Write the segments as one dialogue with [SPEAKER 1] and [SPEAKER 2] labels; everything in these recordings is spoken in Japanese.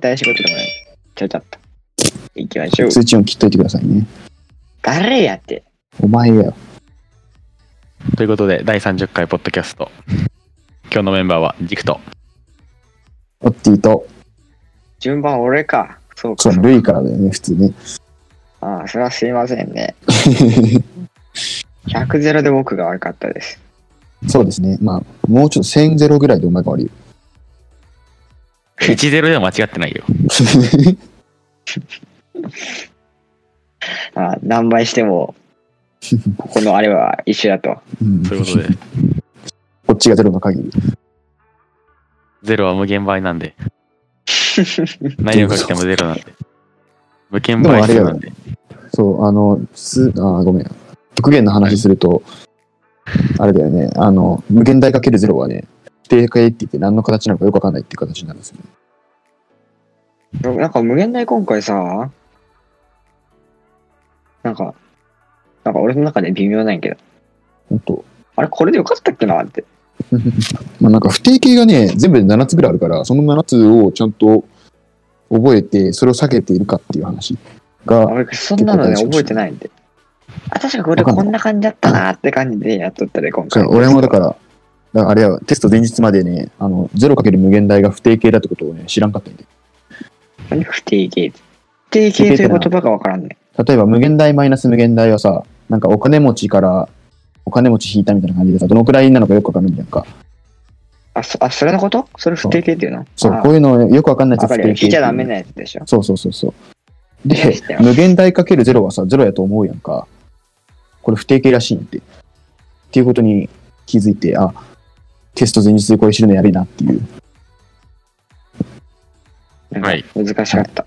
[SPEAKER 1] 大したことでもない。ちょちょっと。行きましょう。
[SPEAKER 2] 通知音切っといてくださいね。
[SPEAKER 1] 誰やって。
[SPEAKER 2] お前やよ。
[SPEAKER 3] ということで、第30回ポッドキャスト。今日のメンバーは、ジクト。
[SPEAKER 2] オッティと、
[SPEAKER 1] 順番俺か。そう
[SPEAKER 2] そ
[SPEAKER 1] か。
[SPEAKER 2] う、ルイからだよね、普通ね。
[SPEAKER 1] ああ、それはすいませんね。100ゼロで僕が悪かったです。
[SPEAKER 2] そうですね。まあ、もうちょっと1000ゼロぐらいでお前が悪いよ。
[SPEAKER 3] 1-0でも間違ってないよ。
[SPEAKER 1] ああ何倍しても、ここのあれは一緒だと。
[SPEAKER 2] うん
[SPEAKER 3] ということで、
[SPEAKER 2] こっちがゼロの限り。
[SPEAKER 3] ゼロは無限倍なん で。何をかけてもゼロなんで。無限倍数なんで。
[SPEAKER 2] そう、あの、す、あー、ごめん。極限の話すると、あれだよね。あの、無限大かけるゼロはね、不定形って言って何の形なのかよくわかんないっていう形なんですよね。
[SPEAKER 1] なんか無限大今回さ、なんか、なんか俺の中で微妙なんやけど、
[SPEAKER 2] ほんと。
[SPEAKER 1] あれこれでよかったっけなって。
[SPEAKER 2] まあなんか不定形がね、全部で7つぐらいあるから、その7つをちゃんと覚えて、それを避けているかっていう話
[SPEAKER 1] あ
[SPEAKER 2] が、
[SPEAKER 1] 俺そんなのね、覚えてないんで。あ、確かこれこんな感じだったなって感じでやっとったで、今
[SPEAKER 2] そ
[SPEAKER 1] 回。
[SPEAKER 2] う俺もだから、だからあれはテスト前日までね、あの、0× 無限大が不定形だってことをね、知らんかったんで。
[SPEAKER 1] 何不定形って不定形という言葉がわからんね。
[SPEAKER 2] 例えば無限大マイナス無限大はさ、なんかお金持ちからお金持ち引いたみたいな感じでさ、どのくらいなのかよくわかるんじゃんか。
[SPEAKER 1] あ、そあそれのことそれ不定形っていうの
[SPEAKER 2] そう、
[SPEAKER 1] あ
[SPEAKER 2] こういうのをよくわかんない
[SPEAKER 1] わ
[SPEAKER 2] やつ
[SPEAKER 1] か
[SPEAKER 2] 不
[SPEAKER 1] るよ。
[SPEAKER 2] 定
[SPEAKER 1] 聞
[SPEAKER 2] 形
[SPEAKER 1] い
[SPEAKER 2] っ
[SPEAKER 1] ち
[SPEAKER 2] てい
[SPEAKER 1] ゃ
[SPEAKER 2] う
[SPEAKER 1] ダメなやつでしょ。
[SPEAKER 2] そうそうそうそう。
[SPEAKER 1] どう
[SPEAKER 2] で
[SPEAKER 1] したよ、
[SPEAKER 2] 無限大かけるゼロはさ、ゼロやと思うやんか。これ不定形らしいんって。っていうことに気づいて、あ、テスト前日でこれ知るのやべえなっていう。
[SPEAKER 1] なんか
[SPEAKER 3] はい
[SPEAKER 1] 難しかった。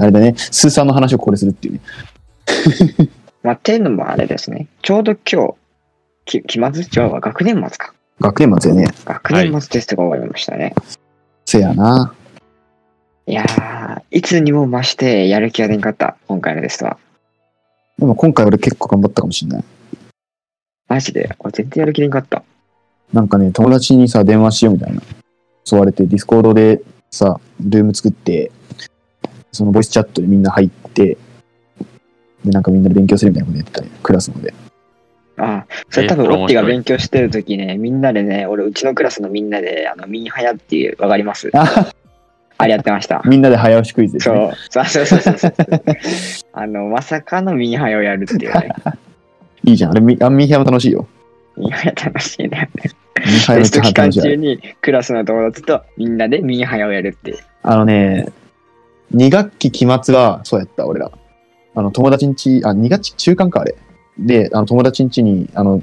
[SPEAKER 2] あれだね、スーさんの話をこれするっていうね。
[SPEAKER 1] まあ、っていうのもあれですね。ちょうど今日、き期末ちょ、学年末か。
[SPEAKER 2] 学年末やね。
[SPEAKER 1] 学年末テストが終わりましたね。
[SPEAKER 2] せやな。
[SPEAKER 1] いやー、いつにも増してやる気が出んかった、今回のテストは。
[SPEAKER 2] でも今回俺結構頑張ったかもしんない。
[SPEAKER 1] マジで、俺全然やる気出んかった。
[SPEAKER 2] なんかね、友達にさ、電話しようみたいな。そうわれて、ディスコードでさ、ルーム作って、そのボイスチャットでみんな入って、で、なんかみんなで勉強するみたいなことやってたね、クラスので。
[SPEAKER 1] あーそれ多
[SPEAKER 3] え
[SPEAKER 1] 分、
[SPEAKER 3] ー
[SPEAKER 1] ロッティが
[SPEAKER 3] 面白い
[SPEAKER 1] 勉強してる時ね、みんなでね、俺、うちのクラスのみんなで、あの、ミンハヤっていう、わかります
[SPEAKER 2] あ
[SPEAKER 1] あれやってました。
[SPEAKER 2] みんなで早押しクイズです
[SPEAKER 1] そ
[SPEAKER 2] ね。
[SPEAKER 1] う、そうそうそうそう そう。あの、まさかのミンハヤをやるっていうね。
[SPEAKER 2] いいじゃん。あれ、みあミンヘアも楽しいよ。
[SPEAKER 1] ミンハヤ楽しいね。
[SPEAKER 2] ミンヘ
[SPEAKER 1] テ
[SPEAKER 2] アめっ
[SPEAKER 1] スト
[SPEAKER 2] ちゃ
[SPEAKER 1] 期間
[SPEAKER 2] 楽し
[SPEAKER 1] 中
[SPEAKER 2] い。
[SPEAKER 1] に、クラスの友達とみんなでミンハヤをやるっていう。
[SPEAKER 2] あのね、2学期期末は、そうやった、俺ら。あの、友達んち、あ、2学期中間か、あれ。で、あの、友達んちに、あの、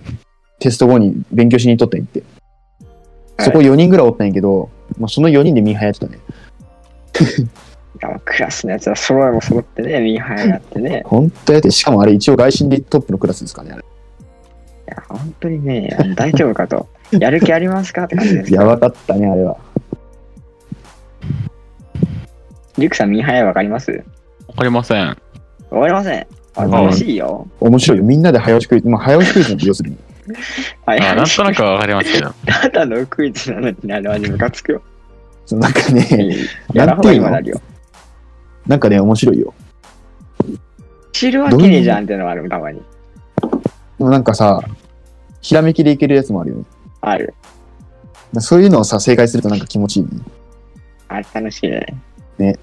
[SPEAKER 2] テスト後に勉強しに行っとったんやって。そこ4人ぐらいおったんやけど、まあ、その4人でミンハイやってたね。
[SPEAKER 1] いやクラスのやつは揃いも揃ってね、ミンハヤやってね。
[SPEAKER 2] 本当やって、しかもあれ一応外信でトップのクラスですからね、あれ。
[SPEAKER 1] いや、本当にね、あの大丈夫かと。 やる気ありますかって感じ です。
[SPEAKER 2] やばかったね、あれは。
[SPEAKER 1] リュックさん、ミンハヤわかります
[SPEAKER 3] わかりません。
[SPEAKER 1] わかりません。あ
[SPEAKER 2] うん
[SPEAKER 1] 楽しいよ。
[SPEAKER 2] 面白いよ。みんなで早押しクイズ、まあ、早押しクイズなんて要するに。
[SPEAKER 1] は
[SPEAKER 3] あ
[SPEAKER 1] い、
[SPEAKER 3] なんとなくはわかりますけど。
[SPEAKER 1] ただのクイズなのになる味ムカつくよ。
[SPEAKER 2] そのなんかね、
[SPEAKER 1] やら
[SPEAKER 2] なん
[SPEAKER 1] ほ
[SPEAKER 2] て
[SPEAKER 1] う
[SPEAKER 2] いう
[SPEAKER 1] 今な
[SPEAKER 2] の
[SPEAKER 1] るよ。
[SPEAKER 2] なんかね、面白いよ。
[SPEAKER 1] 知るわけねえじゃんってのもあるもんたまに。
[SPEAKER 2] でもなんかさ、ひらめきでいけるやつもあるよね。
[SPEAKER 1] ある。
[SPEAKER 2] そういうのをさ、正解するとなんか気持ちいいね。
[SPEAKER 1] あれ楽しいね。
[SPEAKER 2] ね。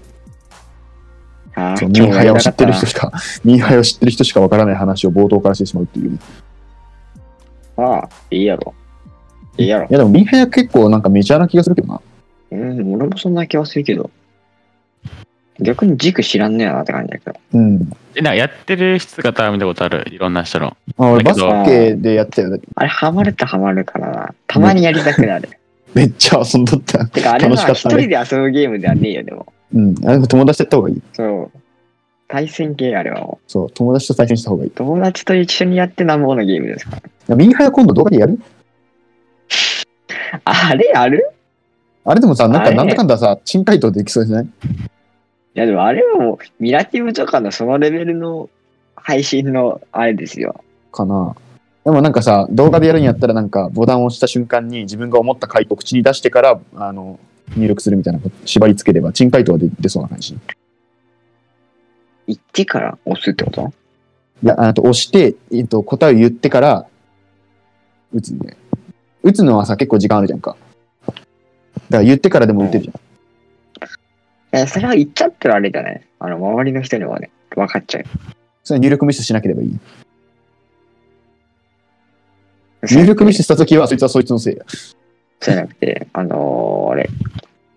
[SPEAKER 1] ああ、
[SPEAKER 2] そうミンハイを
[SPEAKER 1] 今
[SPEAKER 2] 知
[SPEAKER 1] 日
[SPEAKER 2] って
[SPEAKER 1] やりたか
[SPEAKER 2] る人しか、ミンハイを知ってる人しかわからない話を冒頭からしてしまうっていうね。
[SPEAKER 1] たな。ああ、いいやろ。いいやろ
[SPEAKER 2] い。やでもミンハイは結構なんかメジャーな気がするけどな。
[SPEAKER 1] うん、俺もそんな気はするけど。逆に軸知らんねえなって感じだけど。
[SPEAKER 2] うん。
[SPEAKER 3] えなんかやってる人方は見たことある。いろんな人の。
[SPEAKER 2] あ俺
[SPEAKER 3] だ
[SPEAKER 2] バス
[SPEAKER 3] けど
[SPEAKER 2] ケでやってたよ。
[SPEAKER 1] あれ、ハマるとハマるからな。たまにやりたくな る。
[SPEAKER 2] めっちゃ遊んどった。
[SPEAKER 1] てか、あれ
[SPEAKER 2] 楽し
[SPEAKER 1] は
[SPEAKER 2] か
[SPEAKER 1] 一
[SPEAKER 2] った
[SPEAKER 1] 人
[SPEAKER 2] ね。
[SPEAKER 1] で遊ぶゲームではねえよ、でも。
[SPEAKER 2] うん。あれも友達とやった方がいい。
[SPEAKER 1] そう。対戦系あれはも。
[SPEAKER 2] そう、友達と対戦した方がいいう
[SPEAKER 1] 友達と一緒にやってなんぼのゲームですから。
[SPEAKER 2] ミンハイは今度動画でやる
[SPEAKER 1] あれある
[SPEAKER 2] あれでもさ、なん
[SPEAKER 1] あ
[SPEAKER 2] か
[SPEAKER 1] れ
[SPEAKER 2] なんだかんださ、珍回答できそうじゃない
[SPEAKER 1] いやでもあれはもう、ミラティブとかのそのレベルの配信のあれですよ。
[SPEAKER 2] かな。でもなんかさ、動画でやるんやったらなんかボタンを押した瞬間に自分が思った回答を口に出してから、あの、入力するみたいなこと縛り付ければ、珍回答は出出そうな感じ。い
[SPEAKER 1] 1から押すってこと
[SPEAKER 2] や、あと押して、えっと、答えを言ってから、打つね。打つのはさ、結構時間あるじゃんか。だから言ってからでも打てるじゃん。
[SPEAKER 1] え、それは言っちゃったらあれだね。あの、周りの人にはね、分かっちゃう。
[SPEAKER 2] それ入力ミスしなければいい。入力ミスしたときは、そいつはそいつのせいや。
[SPEAKER 1] じゃなくて、あのー、あれ、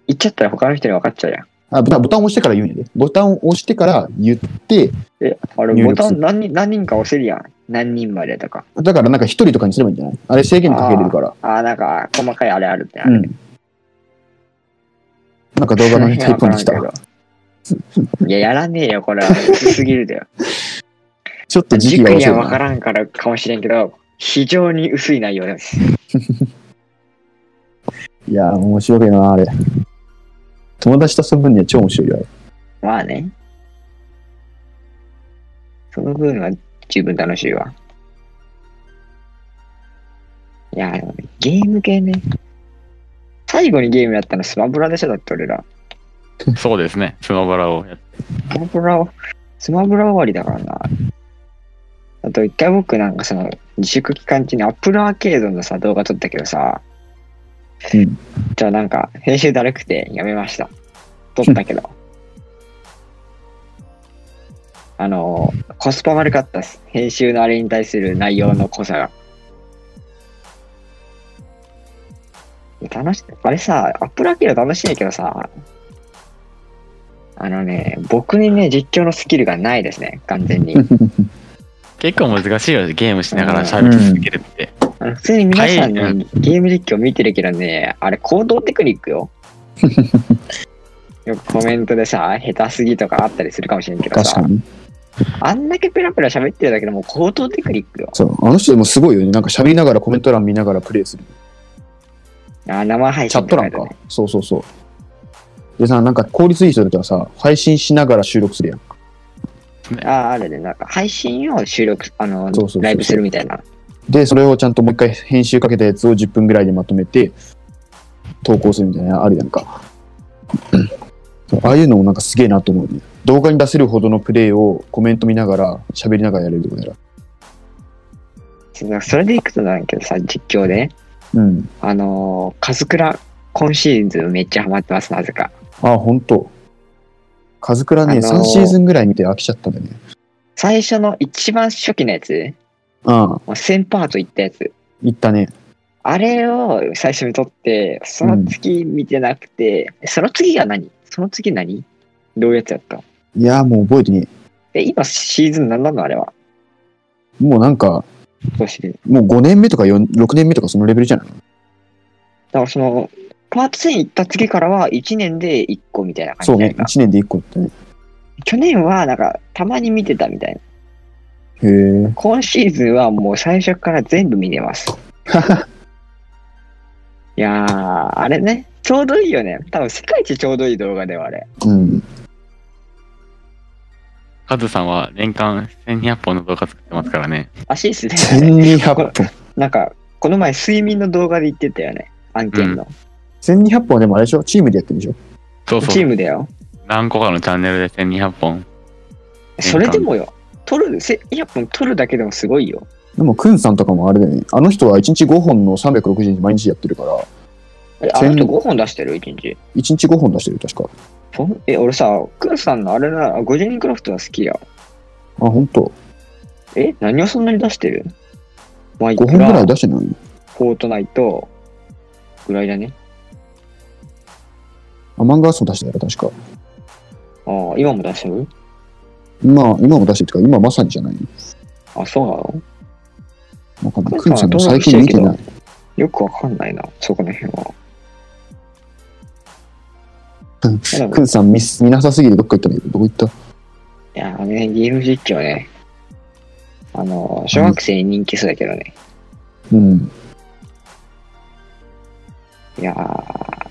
[SPEAKER 1] 言っちゃったら他の人に分かっちゃうやん。
[SPEAKER 2] あ、ボタン、ボタンを押してから言うんやで。ボタンを押してから言って、
[SPEAKER 1] え、あれ、
[SPEAKER 2] 入
[SPEAKER 1] ボ
[SPEAKER 2] 力
[SPEAKER 1] タ
[SPEAKER 2] する
[SPEAKER 1] ン何人何人か押せるやん。何人までとか。
[SPEAKER 2] だからなんか一人とかにすればいいんじゃないあれ制限かけれるから。
[SPEAKER 1] あー、なんか、細かいあれあるってあ
[SPEAKER 2] う
[SPEAKER 1] る。
[SPEAKER 2] ん。なんか動 画のネタ一本できた。
[SPEAKER 1] わからんけどいや、やらねえよ、これは。薄すぎる だよ。
[SPEAKER 2] ちょっと時期
[SPEAKER 1] 軸
[SPEAKER 2] が
[SPEAKER 1] に
[SPEAKER 2] 遅い
[SPEAKER 1] は分か
[SPEAKER 2] な。
[SPEAKER 1] らんからかもしれんけど、非常に薄い内容です。
[SPEAKER 2] いやー、面白いな、あれ。友達と遊ぶには超面白いよ。あれ
[SPEAKER 1] まあね。その分は十分楽しいわ。いや、でもねゲーム系ね。最後にゲームやったのスマブラでしょだって俺ら。
[SPEAKER 3] そうですね、スマブラをやっ
[SPEAKER 1] スマブラを、スマブラ終わりだからな。あと一回僕なんかその自粛期間中にアップルアーケードのさ動画撮ったけどさ。
[SPEAKER 2] うん
[SPEAKER 1] じゃあなんか編集だるくてやめました。撮ったけど。 あのーコスパ悪かったっす。編集のあれに対する内容の濃さが。楽しあれさ、アップルアーケード楽しいんだけどさ、あのね、僕にね、実況のスキルがないですね、完全に。
[SPEAKER 3] 結構難しいよね、ゲームしながら喋り続けるって。
[SPEAKER 1] あの普通に皆さん
[SPEAKER 3] は
[SPEAKER 1] ね
[SPEAKER 3] いうん、
[SPEAKER 1] ゲーム実況見てるけどね、あれ行動テクニック よ。よくコメントでさ、下手すぎとかあったりするかもしれんけど
[SPEAKER 2] 確か
[SPEAKER 1] さ、
[SPEAKER 2] に。
[SPEAKER 1] あんだけペラペラ喋ってるだけでもう行動テクニックよ。
[SPEAKER 2] そう。あの人でもすごいよね。なんか喋りながらコメント欄見ながらプレイする。
[SPEAKER 1] あ生配
[SPEAKER 2] チャ
[SPEAKER 1] 信
[SPEAKER 2] ッ
[SPEAKER 1] と
[SPEAKER 2] ト
[SPEAKER 1] か
[SPEAKER 2] 欄
[SPEAKER 1] やと
[SPEAKER 2] か
[SPEAKER 1] ね。。
[SPEAKER 2] そうそうそう。でさ、なんか効率いい人だったらさ、配信しながら収録するやん。
[SPEAKER 1] ああ、あれで、なんか配信を収録、あの
[SPEAKER 2] そうそうそう、
[SPEAKER 1] ライブするみたいな。
[SPEAKER 2] で、それをちゃんともう一回編集かけたやつを10分ぐらいでまとめて、投稿するみたいな、あるやんか。そうああいうのもなんかすげえなと思うね。動画に出せるほどのプレイをコメント見ながら、喋りながらやれるとこやら。
[SPEAKER 1] それでいくとなんだけどさ、実況でね、
[SPEAKER 2] うん。
[SPEAKER 1] あのー、カズクラ、今シーズンめっちゃハマってます、なぜか。
[SPEAKER 2] ああ、ほんと。カズクラね、
[SPEAKER 1] あのー
[SPEAKER 2] 3シーズンぐらい見て飽きちゃったんだよね。
[SPEAKER 1] 最初の一番初期のやつ、
[SPEAKER 2] ああ、
[SPEAKER 1] もう1000パートいったやつ。
[SPEAKER 2] 行ったね。
[SPEAKER 1] あれを最初に撮って、その次見てなくて、その次が何その次何どういうやつやった
[SPEAKER 2] いやーもう覚えてね
[SPEAKER 1] え、今シーズン何なのあれは。
[SPEAKER 2] え。もうなんか、
[SPEAKER 1] どうして
[SPEAKER 2] もう5年目とか4 6年目とかそのレベルじゃない
[SPEAKER 1] だからその、パート10行った次からは1年で1個みたいな
[SPEAKER 2] そ
[SPEAKER 1] 感
[SPEAKER 2] う
[SPEAKER 1] じ
[SPEAKER 2] ね。
[SPEAKER 1] で、
[SPEAKER 2] 1年で1個ってね。
[SPEAKER 1] 去年はなんかたまに見てたみたいな。
[SPEAKER 2] へえ。
[SPEAKER 1] 今シーズンはもう最初から全部見て ます。いやー、あれね、ちょうどいいよね。多分世界一ちょうどいい動画だよ、あれ。
[SPEAKER 2] うん。
[SPEAKER 3] カズさんは年間1200本の動画作ってますからね。
[SPEAKER 1] らしいっすね。
[SPEAKER 2] 1200本。
[SPEAKER 1] なんか、この前睡眠の動画で言ってたよね。案件の。
[SPEAKER 2] 1200本はでもあれでしょチームでやってるでしょ
[SPEAKER 3] そうそ
[SPEAKER 1] チー
[SPEAKER 3] う。
[SPEAKER 1] ムだよ。
[SPEAKER 3] 何個かのチャンネルで1200本。
[SPEAKER 1] それでもよ。撮る、せ100本撮るだけでもすごいよ。
[SPEAKER 2] でも、くんさんとかもあれだよね。あの人は1日5本の360日毎日やってるから、1
[SPEAKER 1] えあの人5本出してる ?1 日。
[SPEAKER 2] 日5本出してる、確か。
[SPEAKER 1] そんえ、俺さ、クンさんのあれな、50人クラフトは好きや。
[SPEAKER 2] あ、ほんと。
[SPEAKER 1] え、何をそんなに出してるマイ
[SPEAKER 2] 5
[SPEAKER 1] ク
[SPEAKER 2] 本ぐら
[SPEAKER 1] ラ
[SPEAKER 2] い、出してないの
[SPEAKER 1] フォートナイト、ぐらいだね。
[SPEAKER 2] あ、漫画はそう出してたよ、確か。
[SPEAKER 1] ああ、今も出してる
[SPEAKER 2] まあ、今も出してるっていうか、今まさにじゃない
[SPEAKER 1] あ、そうなの
[SPEAKER 2] わかんない。
[SPEAKER 1] く
[SPEAKER 2] く
[SPEAKER 1] ん
[SPEAKER 2] ん
[SPEAKER 1] さ
[SPEAKER 2] さ
[SPEAKER 1] ん
[SPEAKER 2] ん
[SPEAKER 1] は
[SPEAKER 2] の最近見て
[SPEAKER 1] どうな
[SPEAKER 2] なんい。
[SPEAKER 1] よくわかんないな、そこの辺は。けど
[SPEAKER 2] くんさん見す見なさすぎてどっか行ったんだけど、どこ行った
[SPEAKER 1] いや、あのね、ゲーム実況ね。あの、小学生に人気そうだけどね。
[SPEAKER 2] うん。
[SPEAKER 1] いやー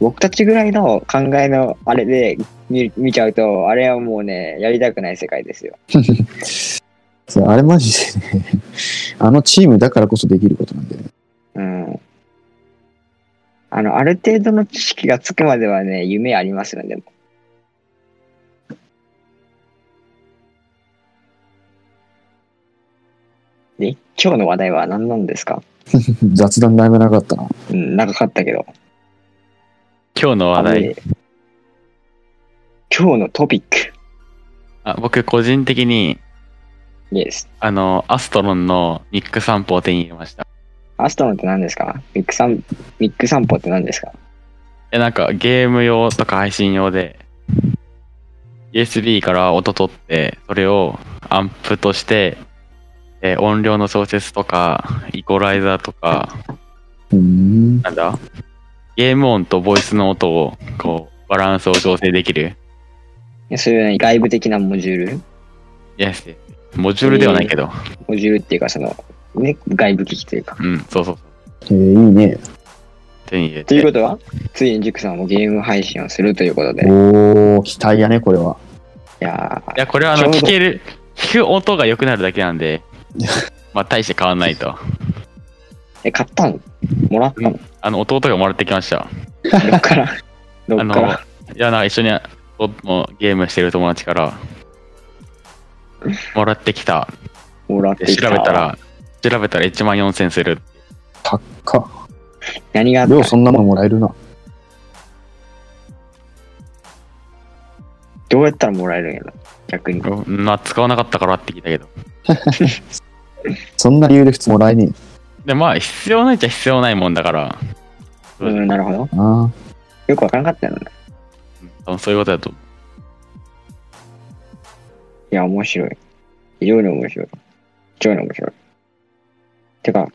[SPEAKER 1] 僕たちぐらいの考えのあれで見見ちゃうと、あれはもうね、やりたくない世界ですよ。
[SPEAKER 2] そうあれマジでね、 あのチームだからこそできることなんだよね。
[SPEAKER 1] うん。あの、ある程度の知識がつくまではね、夢ありますよね、でも。で、今日の話題は何なんですか
[SPEAKER 2] 雑談だいぶ長かったな。
[SPEAKER 1] うん、長かったけど。
[SPEAKER 3] 今日の話題。
[SPEAKER 1] あのね今日のトピック。
[SPEAKER 3] あ僕個人的に、
[SPEAKER 1] イエス。
[SPEAKER 3] あの、アストロンのニック散歩を手に入れました。
[SPEAKER 1] アストロンって何ですかビッグサン、ビッグ散歩って何ですか
[SPEAKER 3] え、なんかゲーム用とか配信用で、USB から音取って、それをアンプとして、えー音量の調節とか、イコライザーとか、
[SPEAKER 2] うーん。
[SPEAKER 3] なんだゲーム音とボイスの音を、こう、バランスを調整できる。
[SPEAKER 1] えそういうね外部的なモジュール
[SPEAKER 3] イエス。モジュールではないけど。
[SPEAKER 1] モジュールっていうか、その、ね、外部機器というか。
[SPEAKER 3] うん、そうそうそう。
[SPEAKER 2] えー、いいね。
[SPEAKER 3] 手に入れ
[SPEAKER 1] という
[SPEAKER 3] て。
[SPEAKER 1] ことは、ついに塾さんもゲーム配信をするということで。い
[SPEAKER 2] おー、期待やね、これは。
[SPEAKER 1] やー
[SPEAKER 3] いや、これはあの、
[SPEAKER 1] ちょうど
[SPEAKER 3] 聞ける、聞く音が良くなるだけなん で、まあ、大して変わんないと。
[SPEAKER 1] え、買ったのもらったの、
[SPEAKER 3] あの、弟がもらってきました。
[SPEAKER 1] どっ からどっ
[SPEAKER 3] あの
[SPEAKER 1] か、ら
[SPEAKER 3] いや、なんか一緒におもうゲームしてる友 達から、もらってきた。
[SPEAKER 1] もらって
[SPEAKER 3] で
[SPEAKER 1] き
[SPEAKER 3] 調
[SPEAKER 1] た
[SPEAKER 3] べた。ら、調べたら1万4000する。
[SPEAKER 2] か。
[SPEAKER 1] 何があった
[SPEAKER 2] よう、そんなものもらえるな。
[SPEAKER 1] どうやったらもらえるんやろ逆に。
[SPEAKER 3] うんまあ、使わなかったからって聞いたけど。
[SPEAKER 2] そんな理由で普通もらえねえよ
[SPEAKER 3] で、まあ、必要ないっちゃ必要ないもんだから、
[SPEAKER 1] うん、なるほど。
[SPEAKER 2] な。
[SPEAKER 1] よくわからなかったよね。
[SPEAKER 3] うんそういうことだと思う。
[SPEAKER 1] いや、面白い。非常に面白い。非常に面白い。てか、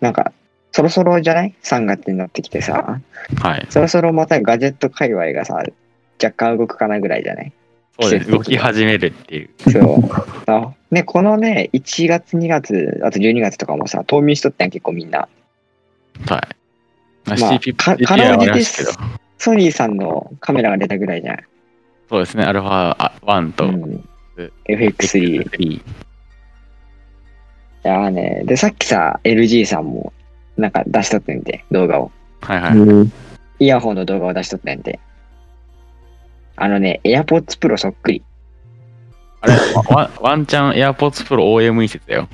[SPEAKER 1] なんか、そろそろじゃない ?3 月になってきてさ、
[SPEAKER 3] はい。
[SPEAKER 1] そろそろまたガジェット界隈がさ、若干動くかなぐらいじゃない
[SPEAKER 3] そうで
[SPEAKER 1] 季節
[SPEAKER 3] す。動き始めるっていう。
[SPEAKER 1] そう。あね、このね、1月、2月、あと12月とかもさ、冬眠しとったやん、結構みんな。
[SPEAKER 3] はい。まあ、
[SPEAKER 1] まあ
[SPEAKER 3] CP
[SPEAKER 1] か
[SPEAKER 3] CP
[SPEAKER 1] から
[SPEAKER 3] は
[SPEAKER 1] 揚げ
[SPEAKER 3] ありま
[SPEAKER 1] で
[SPEAKER 3] した
[SPEAKER 1] す
[SPEAKER 3] けど。
[SPEAKER 1] ソニーさんのカメラが出たぐらいじゃん。
[SPEAKER 3] そうですね、アルファ1と
[SPEAKER 1] うん
[SPEAKER 3] うん、
[SPEAKER 1] FX3。い
[SPEAKER 3] 3。
[SPEAKER 1] やーね、で、さっきさ、LG さんも、なんか出しとってんて、動画を。
[SPEAKER 3] はい
[SPEAKER 2] あ
[SPEAKER 3] は
[SPEAKER 2] ー
[SPEAKER 3] い。
[SPEAKER 2] うん
[SPEAKER 1] イヤホンの動画を出しとったんで。あのね、AirPods Pro そっくり。
[SPEAKER 3] あれ、ワンワンチャン AirPods Pro OME 説だよ。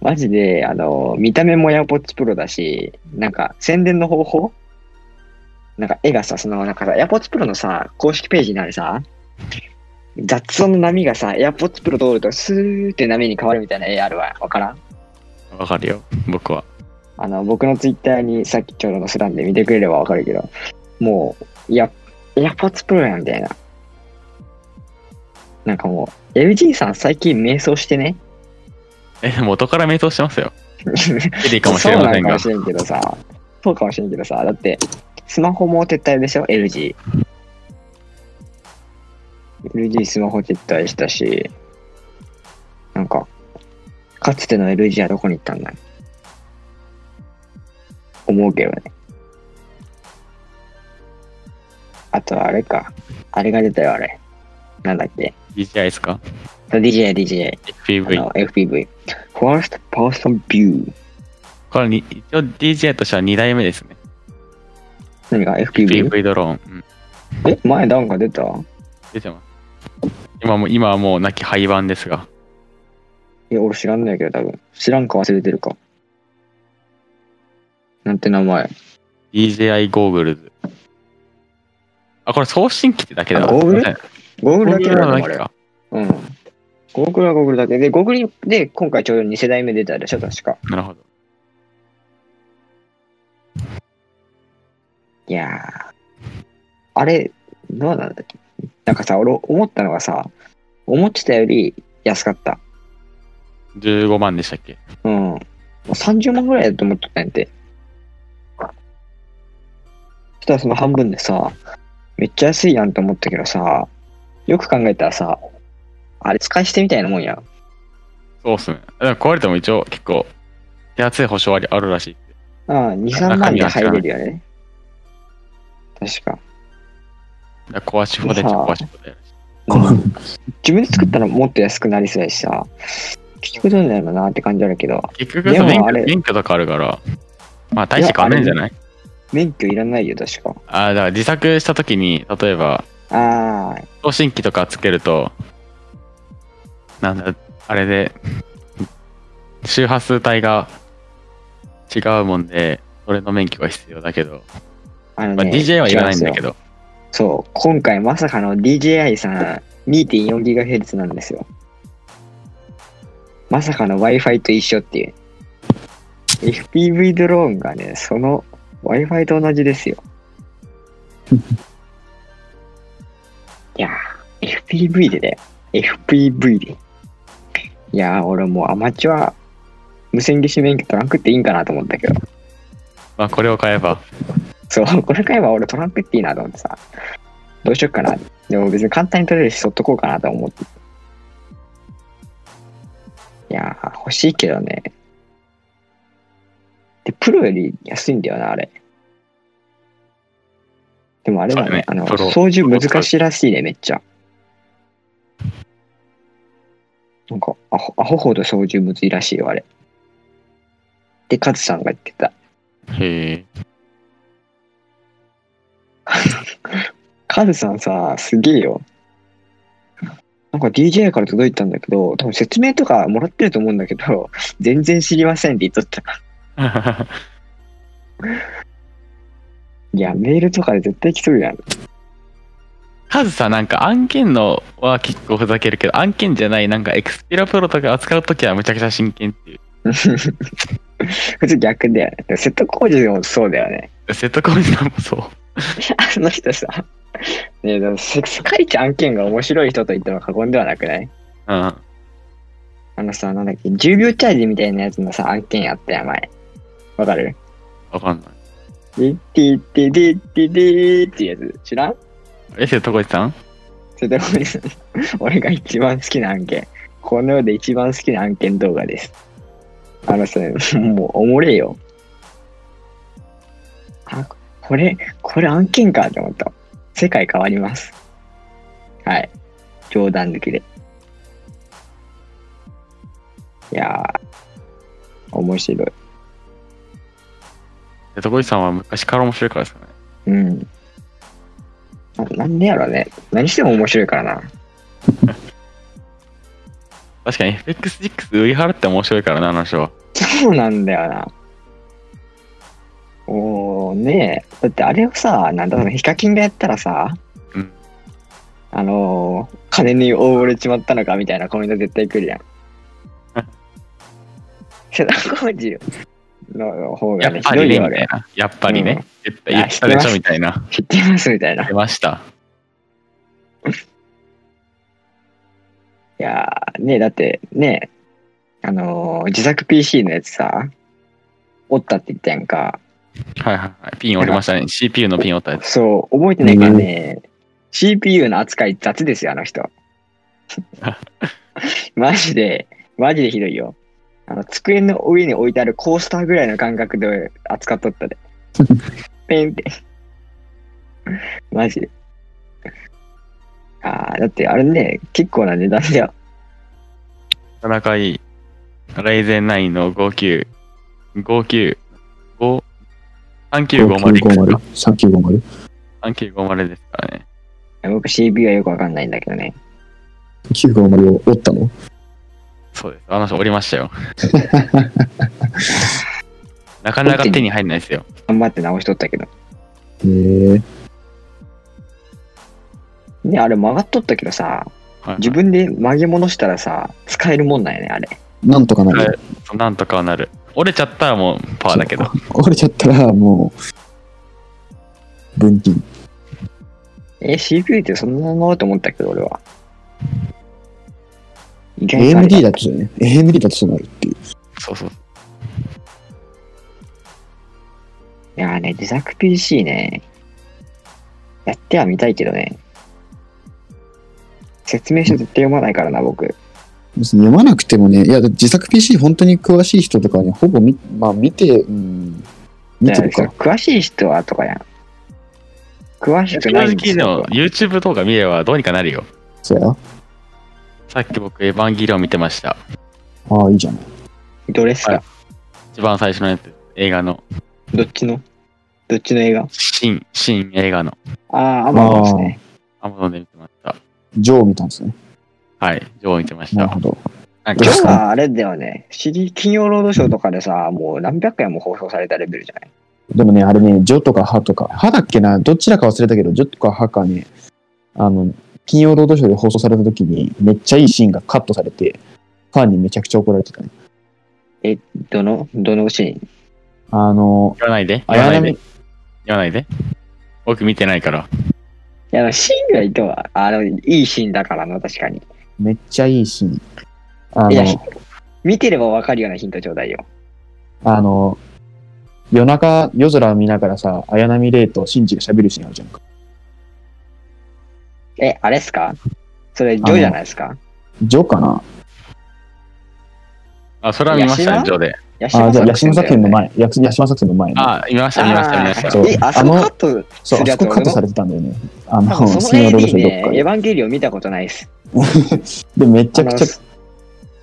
[SPEAKER 1] マジで、あの、見た目も AirPods Pro だし、なんか宣伝の方法なんか絵がさ、その、なんかさ、AirPods Pro のさ、公式ページにあるさ、雑音の波がさ、AirPods Pro 通るとスーって波に変わるみたいな絵あるわ。わからん
[SPEAKER 3] わかるよ、僕は。
[SPEAKER 1] あの、僕のツイッターにさっきちょうど載せたんで見てくれればわかるけど、もう、いや、AirPods Pro やんみたいな。なんかもう、LG さん最近迷走してね。
[SPEAKER 3] え、元から迷走してますよ。エリーかもしれませ
[SPEAKER 1] そうなん
[SPEAKER 3] んが。
[SPEAKER 1] かもしれんけどさ。そうかもしれんけどさ。だって、スマホも撤退でしょ ?LG。LG スマホ撤退したし、なんか、かつての LG はどこに行ったんだ思うけどね。あとはあれか。あれが出たよ、あれ。なんだっけ。
[SPEAKER 3] DJI ですか
[SPEAKER 1] DJI、DJI。あ
[SPEAKER 3] ?FPV。
[SPEAKER 1] の、FPV。First Person View。
[SPEAKER 3] これに、一応 DJI としては2代目ですね。
[SPEAKER 1] 何が FPV?
[SPEAKER 3] FPV ドローン。うん、
[SPEAKER 1] え前ダウンが出た
[SPEAKER 3] 出てます。今も、今はもう亡き廃盤ですが。
[SPEAKER 1] いや、俺知らんないけど、多分。知らんか忘れてるか。なんて名前。
[SPEAKER 3] DJI ゴーグルズ。あ、これ送信機ってだけだ
[SPEAKER 1] あゴーグル
[SPEAKER 3] すいま
[SPEAKER 1] ゴーグル
[SPEAKER 3] せん
[SPEAKER 1] だ
[SPEAKER 3] ゴー
[SPEAKER 1] けだね、あ
[SPEAKER 3] グルなだけ
[SPEAKER 1] れ。
[SPEAKER 3] か。
[SPEAKER 1] うん。ゴーグルはゴーグルだけで、ゴーグルで今回ちょうど2世代目出たでしょ、確か。
[SPEAKER 3] なるほど。
[SPEAKER 1] いやー。あれ、どうなんだっけなんかさ、俺思ったのがさ、思ってたより安かった。
[SPEAKER 3] 15万でしたっけ
[SPEAKER 1] うん。もう30万ぐらいだと思っとったんやて。そしたらその半分でさ、めっちゃ安いやんって思ったけどさ、よく考えたらさ、あれ使い捨てみたいなもんや。
[SPEAKER 3] そうっすね。だから壊れても一応結構、手厚い保証ありあるらしい。
[SPEAKER 1] うん、2、3万で入れるよね。確か。
[SPEAKER 3] だから壊し放題っちゃ壊し放題らしい。
[SPEAKER 1] 自分で作ったらもっと安くなりそうやしさ、結局どうなんだろうなって感じあるけど、
[SPEAKER 3] 結局そう
[SPEAKER 1] でも
[SPEAKER 3] 免
[SPEAKER 1] あ
[SPEAKER 3] 許
[SPEAKER 1] れ
[SPEAKER 3] 免許とかあるから、まあ大して変わんないんじゃない
[SPEAKER 1] 免許いらないよ、確か。
[SPEAKER 3] ああ、だから自作した時に、例えば、
[SPEAKER 1] ああ、
[SPEAKER 3] 送信機とかつけると、なんだ、あれで、周波数帯が違うもんで、それの免許が必要だけど、
[SPEAKER 1] あの
[SPEAKER 3] まあ、
[SPEAKER 1] ね。
[SPEAKER 3] DJ はいらないんだけ
[SPEAKER 1] ど。
[SPEAKER 3] ど、
[SPEAKER 1] そう、今回まさかの DJI さん 2.4GHz なんですよ。まさかの Wi-Fi と一緒っていう。FPV ドローンがね、その Wi-Fi と同じですよ。いやー、FPV でだよ。FPV で。いやー、俺もうアマチュア無線技師免許トランクっていいんかなと思ったけど。
[SPEAKER 3] まあ、これを買えば、
[SPEAKER 1] そう、 これ買えば俺トランペっていいなと思ってさ、どうしよっかな。でも別に簡単に取れるし、そっとこうかなと思って。いやー、欲しいけどね。で、プロより安いんだよな、あれ。でもあれだ
[SPEAKER 3] そうだ
[SPEAKER 1] ね
[SPEAKER 3] ね、
[SPEAKER 1] あの、
[SPEAKER 3] プロ
[SPEAKER 1] 操縦難しいらしいね、めっちゃ。なんか、アホアホほど操縦むずいらしいよ、あれ。で、カズさんが言ってた。
[SPEAKER 3] へえ、
[SPEAKER 1] カズさんさ、すげえよ。なんか DJI から届いたんだけど、多分説明とかもらってると思うんだけど、全然知りませんって言っとった。いや、メールとかで絶対来とるやん。
[SPEAKER 3] カズさ、なんか案件のは結構ふざけるけど、案件じゃない、なんかエクスピラプロとか扱うときはむちゃくちゃ真剣っていう。
[SPEAKER 1] 普通逆だよね。でも瀬戸康史でもそうだよね。
[SPEAKER 3] 瀬戸康史さんもそう。
[SPEAKER 1] あの人さ、ねえ、でも世世界一案件が面白い人と言っても過言ではなくない
[SPEAKER 3] うん。
[SPEAKER 1] あのさ、なんだっけ、10秒チャージみたいなやつのさ、案件やったやん、前。わかる
[SPEAKER 3] わかんな
[SPEAKER 1] で
[SPEAKER 3] い。
[SPEAKER 1] ってってでってでーっていうやつ、知らん
[SPEAKER 3] え、瀬戸康史さん
[SPEAKER 1] 瀬戸康史さん俺が一番好きな案件。この世で一番好きな案件動画です。あのさ、もうおもれえよ。あ、これ、これ案件かって思った。世界変わります。はい。冗談抜きで。いやー、面白い。
[SPEAKER 3] 瀬戸康史さんは昔から面白いからですかね。
[SPEAKER 1] うん。ななんでやろね。何しても面白いからな。
[SPEAKER 3] 確かに FX6 売り払って面白いからな、あの人は。
[SPEAKER 1] そうなんだよな。おーねえ。だってあれをさ、なんだろう、ヒカキンがやったらさ、
[SPEAKER 3] うん
[SPEAKER 1] あのー金に溺れちまったのかみたいなコメント絶対来るやん。瀬戸康史の方
[SPEAKER 3] や
[SPEAKER 1] が
[SPEAKER 3] っ
[SPEAKER 1] ね、ひ
[SPEAKER 3] ぱ
[SPEAKER 1] ど
[SPEAKER 3] り
[SPEAKER 1] いよ
[SPEAKER 3] ね、
[SPEAKER 1] あ
[SPEAKER 3] みたい
[SPEAKER 1] れ。
[SPEAKER 3] な。やっぱり
[SPEAKER 1] う
[SPEAKER 3] ね
[SPEAKER 1] ん。
[SPEAKER 3] 絶対言ったでしょ、みたいな。
[SPEAKER 1] 知ってますみたいな。い
[SPEAKER 3] 出ました。
[SPEAKER 1] やー、ねえ、だってねえ、あのー自作 PC のやつさ、折ったって言ったやんか。
[SPEAKER 3] はいはいはい。ピン折りましたね。CPU のピン折ったやつ。
[SPEAKER 1] そう、覚えてないからね、CPU の扱い雑ですよ、あの人。マジで、マジでひどいよ。あの、机の上に置いてあるコースターぐらいの感覚で扱っとったで。ペンって。マジで。ああ、だってあれね、結構な値段だよ。
[SPEAKER 3] なかなかいい。ライゼン9の59、59、5、3950か。
[SPEAKER 2] 3950。
[SPEAKER 3] 3950ですからね。
[SPEAKER 1] 僕 CPU はよくわかんないんだけどね。
[SPEAKER 2] 3950を折ったの
[SPEAKER 3] そうです。あの人折り ましたよ。なかなか手に入んないですよ。
[SPEAKER 1] 頑張って直しとったけど。
[SPEAKER 2] へえ。
[SPEAKER 1] ね、あれ曲がっとったけどさ、
[SPEAKER 3] はい
[SPEAKER 1] 自分で曲げ戻したらさ、使えるもんなんやね、あれ。
[SPEAKER 2] なんとかな
[SPEAKER 3] はい
[SPEAKER 2] る。
[SPEAKER 3] そうなんとかはなる。折れちゃったらもうパーだけど。
[SPEAKER 2] 折れちゃったら、もう、分岐。
[SPEAKER 1] え、CPU ってそんなのと思ったけど、俺は。意外とあれ
[SPEAKER 2] AMD だとそうね。AMD だとそうなるっていう。
[SPEAKER 3] そうそう。
[SPEAKER 1] いやーね、自作 PC ね。やってはみたいけどね。説明書絶対読まないからな、僕。
[SPEAKER 2] 別に読まなくてもね、いや、自作 PC 本当に詳しい人とかね、ほぼみ、まあ見て、うん、見てる
[SPEAKER 1] いや
[SPEAKER 2] か。
[SPEAKER 1] 詳しい人はとかやん。詳しく
[SPEAKER 3] 正
[SPEAKER 1] ないんです
[SPEAKER 3] 直で
[SPEAKER 1] よ
[SPEAKER 3] も。YouTube 動画見ればどうにかなるよ。
[SPEAKER 2] そうや。
[SPEAKER 3] さっき僕エヴァンゲリオン見てました。
[SPEAKER 2] ああ、いいじゃん。
[SPEAKER 1] どれっすか、
[SPEAKER 3] は一番最初のやつ。映画の。
[SPEAKER 1] どっちのどっちの映画
[SPEAKER 3] 新、新映画の
[SPEAKER 1] ああ、アマゾンですね。
[SPEAKER 3] アマゾンで見てました。
[SPEAKER 2] ジョーを見たんですね。
[SPEAKER 3] はい、上見てまし
[SPEAKER 2] なる
[SPEAKER 3] た
[SPEAKER 2] ほ。ど。
[SPEAKER 3] なん
[SPEAKER 2] ど
[SPEAKER 1] 今
[SPEAKER 2] うで
[SPEAKER 1] 日
[SPEAKER 2] すか
[SPEAKER 1] はあれだよね、シリ金曜ロードショーとかでさ、もう何百回も放送されたレベルじゃない
[SPEAKER 2] でもね、あれね、ジョとかハとか、ハだっけな、どちらか忘れたけど、ジョとかハかね、あの、金曜ロードショーで放送された時に、めっちゃいいシーンがカットされて、ファンにめちゃくちゃ怒られてたね。
[SPEAKER 1] え、どのどのシーン
[SPEAKER 2] あの、
[SPEAKER 3] 言わないで、言わ
[SPEAKER 2] 綾
[SPEAKER 3] ないで
[SPEAKER 2] 波、、
[SPEAKER 3] 言わないで。僕見てないから。
[SPEAKER 1] いや、シーンがいいとは、あの、いいシーンだからな、確かに。
[SPEAKER 2] めっちゃいいシーン。あ
[SPEAKER 1] いや、
[SPEAKER 2] の
[SPEAKER 1] ひ、見てればわかるようなヒントちょうだいよ。
[SPEAKER 2] あの、夜中、夜空を見ながらさ、綾波レイとシンジが喋るシーンあるじゃんか。
[SPEAKER 1] え、あれっすかそれ、ジョーじゃないですか
[SPEAKER 2] ジョかな
[SPEAKER 3] あ、それは見ました
[SPEAKER 1] ヤシ
[SPEAKER 3] ね
[SPEAKER 1] ナ、
[SPEAKER 3] 上で。
[SPEAKER 1] ヤシ
[SPEAKER 2] あ、
[SPEAKER 1] マ
[SPEAKER 2] じゃあ、
[SPEAKER 1] 作
[SPEAKER 2] ヤシ
[SPEAKER 1] 戦
[SPEAKER 2] マ
[SPEAKER 1] だよね
[SPEAKER 2] 作品の前、ヤシヤシマ作品の前ね。
[SPEAKER 3] あ、見ました、見ました、見まし
[SPEAKER 1] あ
[SPEAKER 3] た
[SPEAKER 2] そ。う
[SPEAKER 1] ーえ、あそこ
[SPEAKER 2] あの
[SPEAKER 1] カット
[SPEAKER 2] そう、
[SPEAKER 1] する
[SPEAKER 2] あ
[SPEAKER 1] やつ
[SPEAKER 2] そこカットされ
[SPEAKER 1] 俺
[SPEAKER 2] てたんだよね。あ
[SPEAKER 1] も多
[SPEAKER 2] の、
[SPEAKER 1] 分そ
[SPEAKER 2] 金
[SPEAKER 1] の
[SPEAKER 2] 曜ロード
[SPEAKER 1] AD
[SPEAKER 2] ショーどっ
[SPEAKER 1] ね、
[SPEAKER 2] か
[SPEAKER 1] エ
[SPEAKER 2] で
[SPEAKER 1] ヴ。ァンゲリオン見たことないです。
[SPEAKER 2] で、めちゃくちゃ
[SPEAKER 1] あの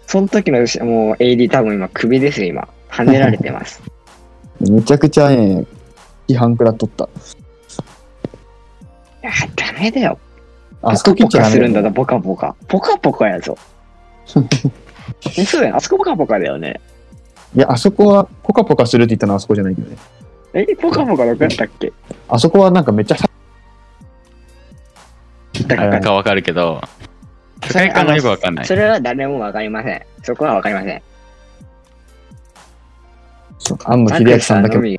[SPEAKER 1] その時のもう AD 多分今首ですよ、今。跳ねられてます。
[SPEAKER 2] めちゃくちゃね、批判食らっとった。
[SPEAKER 1] いや、ダメだよ。
[SPEAKER 2] あそこ切
[SPEAKER 1] ポ
[SPEAKER 2] っちゃ
[SPEAKER 1] カ
[SPEAKER 2] ダ
[SPEAKER 1] する
[SPEAKER 2] メ
[SPEAKER 1] んだな、
[SPEAKER 2] だ。
[SPEAKER 1] ポカポカ。ポカポカや ぞ。えそうだよね、あそこポカポカだよね。
[SPEAKER 2] いや、あそこは、ポカポカするって言ったのはあそこじゃないけどね。
[SPEAKER 1] え、ポカポカどこやったっけ
[SPEAKER 2] あそこはなんかめっちゃ、
[SPEAKER 1] だ
[SPEAKER 2] あ
[SPEAKER 3] なんかわかるけど、世界観がよくわかんない
[SPEAKER 1] そ。れは誰もわかりません。そこはわかりません。
[SPEAKER 2] そう庵野秀明さんだけ
[SPEAKER 1] ザ
[SPEAKER 2] ど、
[SPEAKER 1] ッ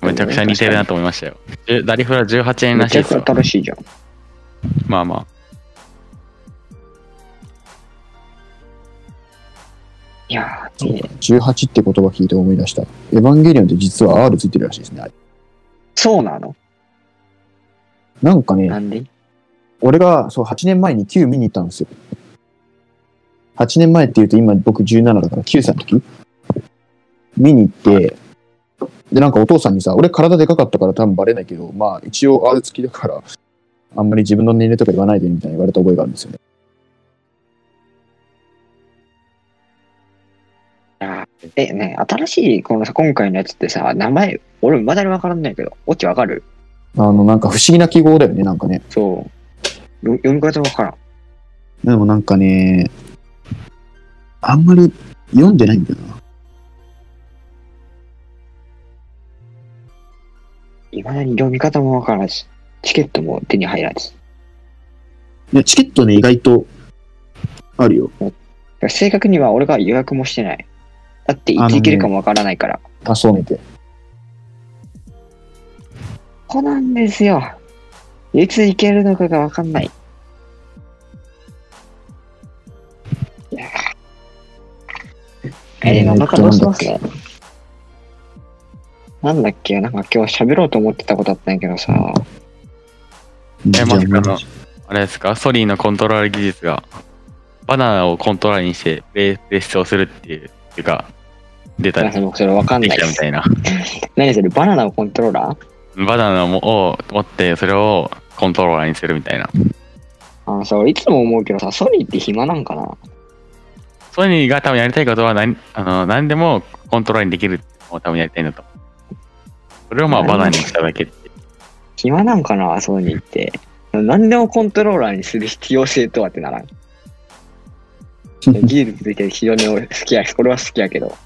[SPEAKER 1] クさんのみ
[SPEAKER 3] めちゃくちゃ似てるなと思いましたよ。えダリフラ18円
[SPEAKER 1] め
[SPEAKER 3] らし
[SPEAKER 1] ちゃ
[SPEAKER 3] いで
[SPEAKER 1] く
[SPEAKER 3] す
[SPEAKER 1] ちゃ
[SPEAKER 3] よ。
[SPEAKER 1] 楽しいじゃん。
[SPEAKER 3] まあま
[SPEAKER 1] いやー、
[SPEAKER 2] そうか18って言葉聞いて思い出した。エヴァンゲリオンって実は R ついてるらしいですね。あれ
[SPEAKER 1] そうなの
[SPEAKER 2] なんかね
[SPEAKER 1] な、んで
[SPEAKER 2] 俺がそう8年前に9見に行ったんですよ。8年前って言うと今僕17だから9歳の時見に行って、でなんかお父さんにさ、俺体でかかったから多分バレないけど、まあ一応 R 付きだから、あんまり自分の年齢とか言わないでみたいに言われた覚えがあるんですよね。
[SPEAKER 1] え、ね、新しい、このさ、今回のやつってさ、名前、俺、まだにわからんないけど、オチわかる
[SPEAKER 2] あのなんか不思議な記号だよね、なんかね。
[SPEAKER 1] そう。よ読み方わからん。
[SPEAKER 2] でもなんかね、あんまり読んでないんだよな。
[SPEAKER 1] いまだに読み方もわからず、チケットも手に入らず。
[SPEAKER 2] いやチケットね、意外とあるよ。
[SPEAKER 1] 正確には俺が予約もしてない。だって、いつ行けるかもわからないから。
[SPEAKER 2] あ、そうねて。
[SPEAKER 1] ここなんですよ。いつ行けるのかがわかんない。いやーえー、なんだかどうしますね。なんだっけなんか今日喋ろうと思ってたことあったんやけどさ。
[SPEAKER 3] あ。え、
[SPEAKER 2] じゃあ
[SPEAKER 3] まさかの、あれですか、ソニーのコントローラー技術が、バナナをコントローラーにして、ベースをするっていう、っていうか、出た
[SPEAKER 1] な
[SPEAKER 3] り
[SPEAKER 1] んか僕それわかん
[SPEAKER 3] で
[SPEAKER 1] な
[SPEAKER 3] き
[SPEAKER 1] い
[SPEAKER 3] た
[SPEAKER 1] で
[SPEAKER 3] み
[SPEAKER 1] す
[SPEAKER 3] た。いな。
[SPEAKER 1] 何それバナナをコントローラー
[SPEAKER 3] バナナを持って、それをコントローラーにするみたいな。
[SPEAKER 1] あのさ、俺いつも思うけどさ、ソニーって暇なんかな
[SPEAKER 3] ソニーが多分やりたいことは何あの何でもコントローラーにできるっていうのを多分やりたいんだと思う。それをまあ
[SPEAKER 1] なる
[SPEAKER 3] バ
[SPEAKER 1] ほど
[SPEAKER 3] ナナにしただけっていう。
[SPEAKER 1] 暇なんかなソニーって。何でもコントローラーにする必要性とはってならん。技術的に非常に俺好きや、これは好きやけど。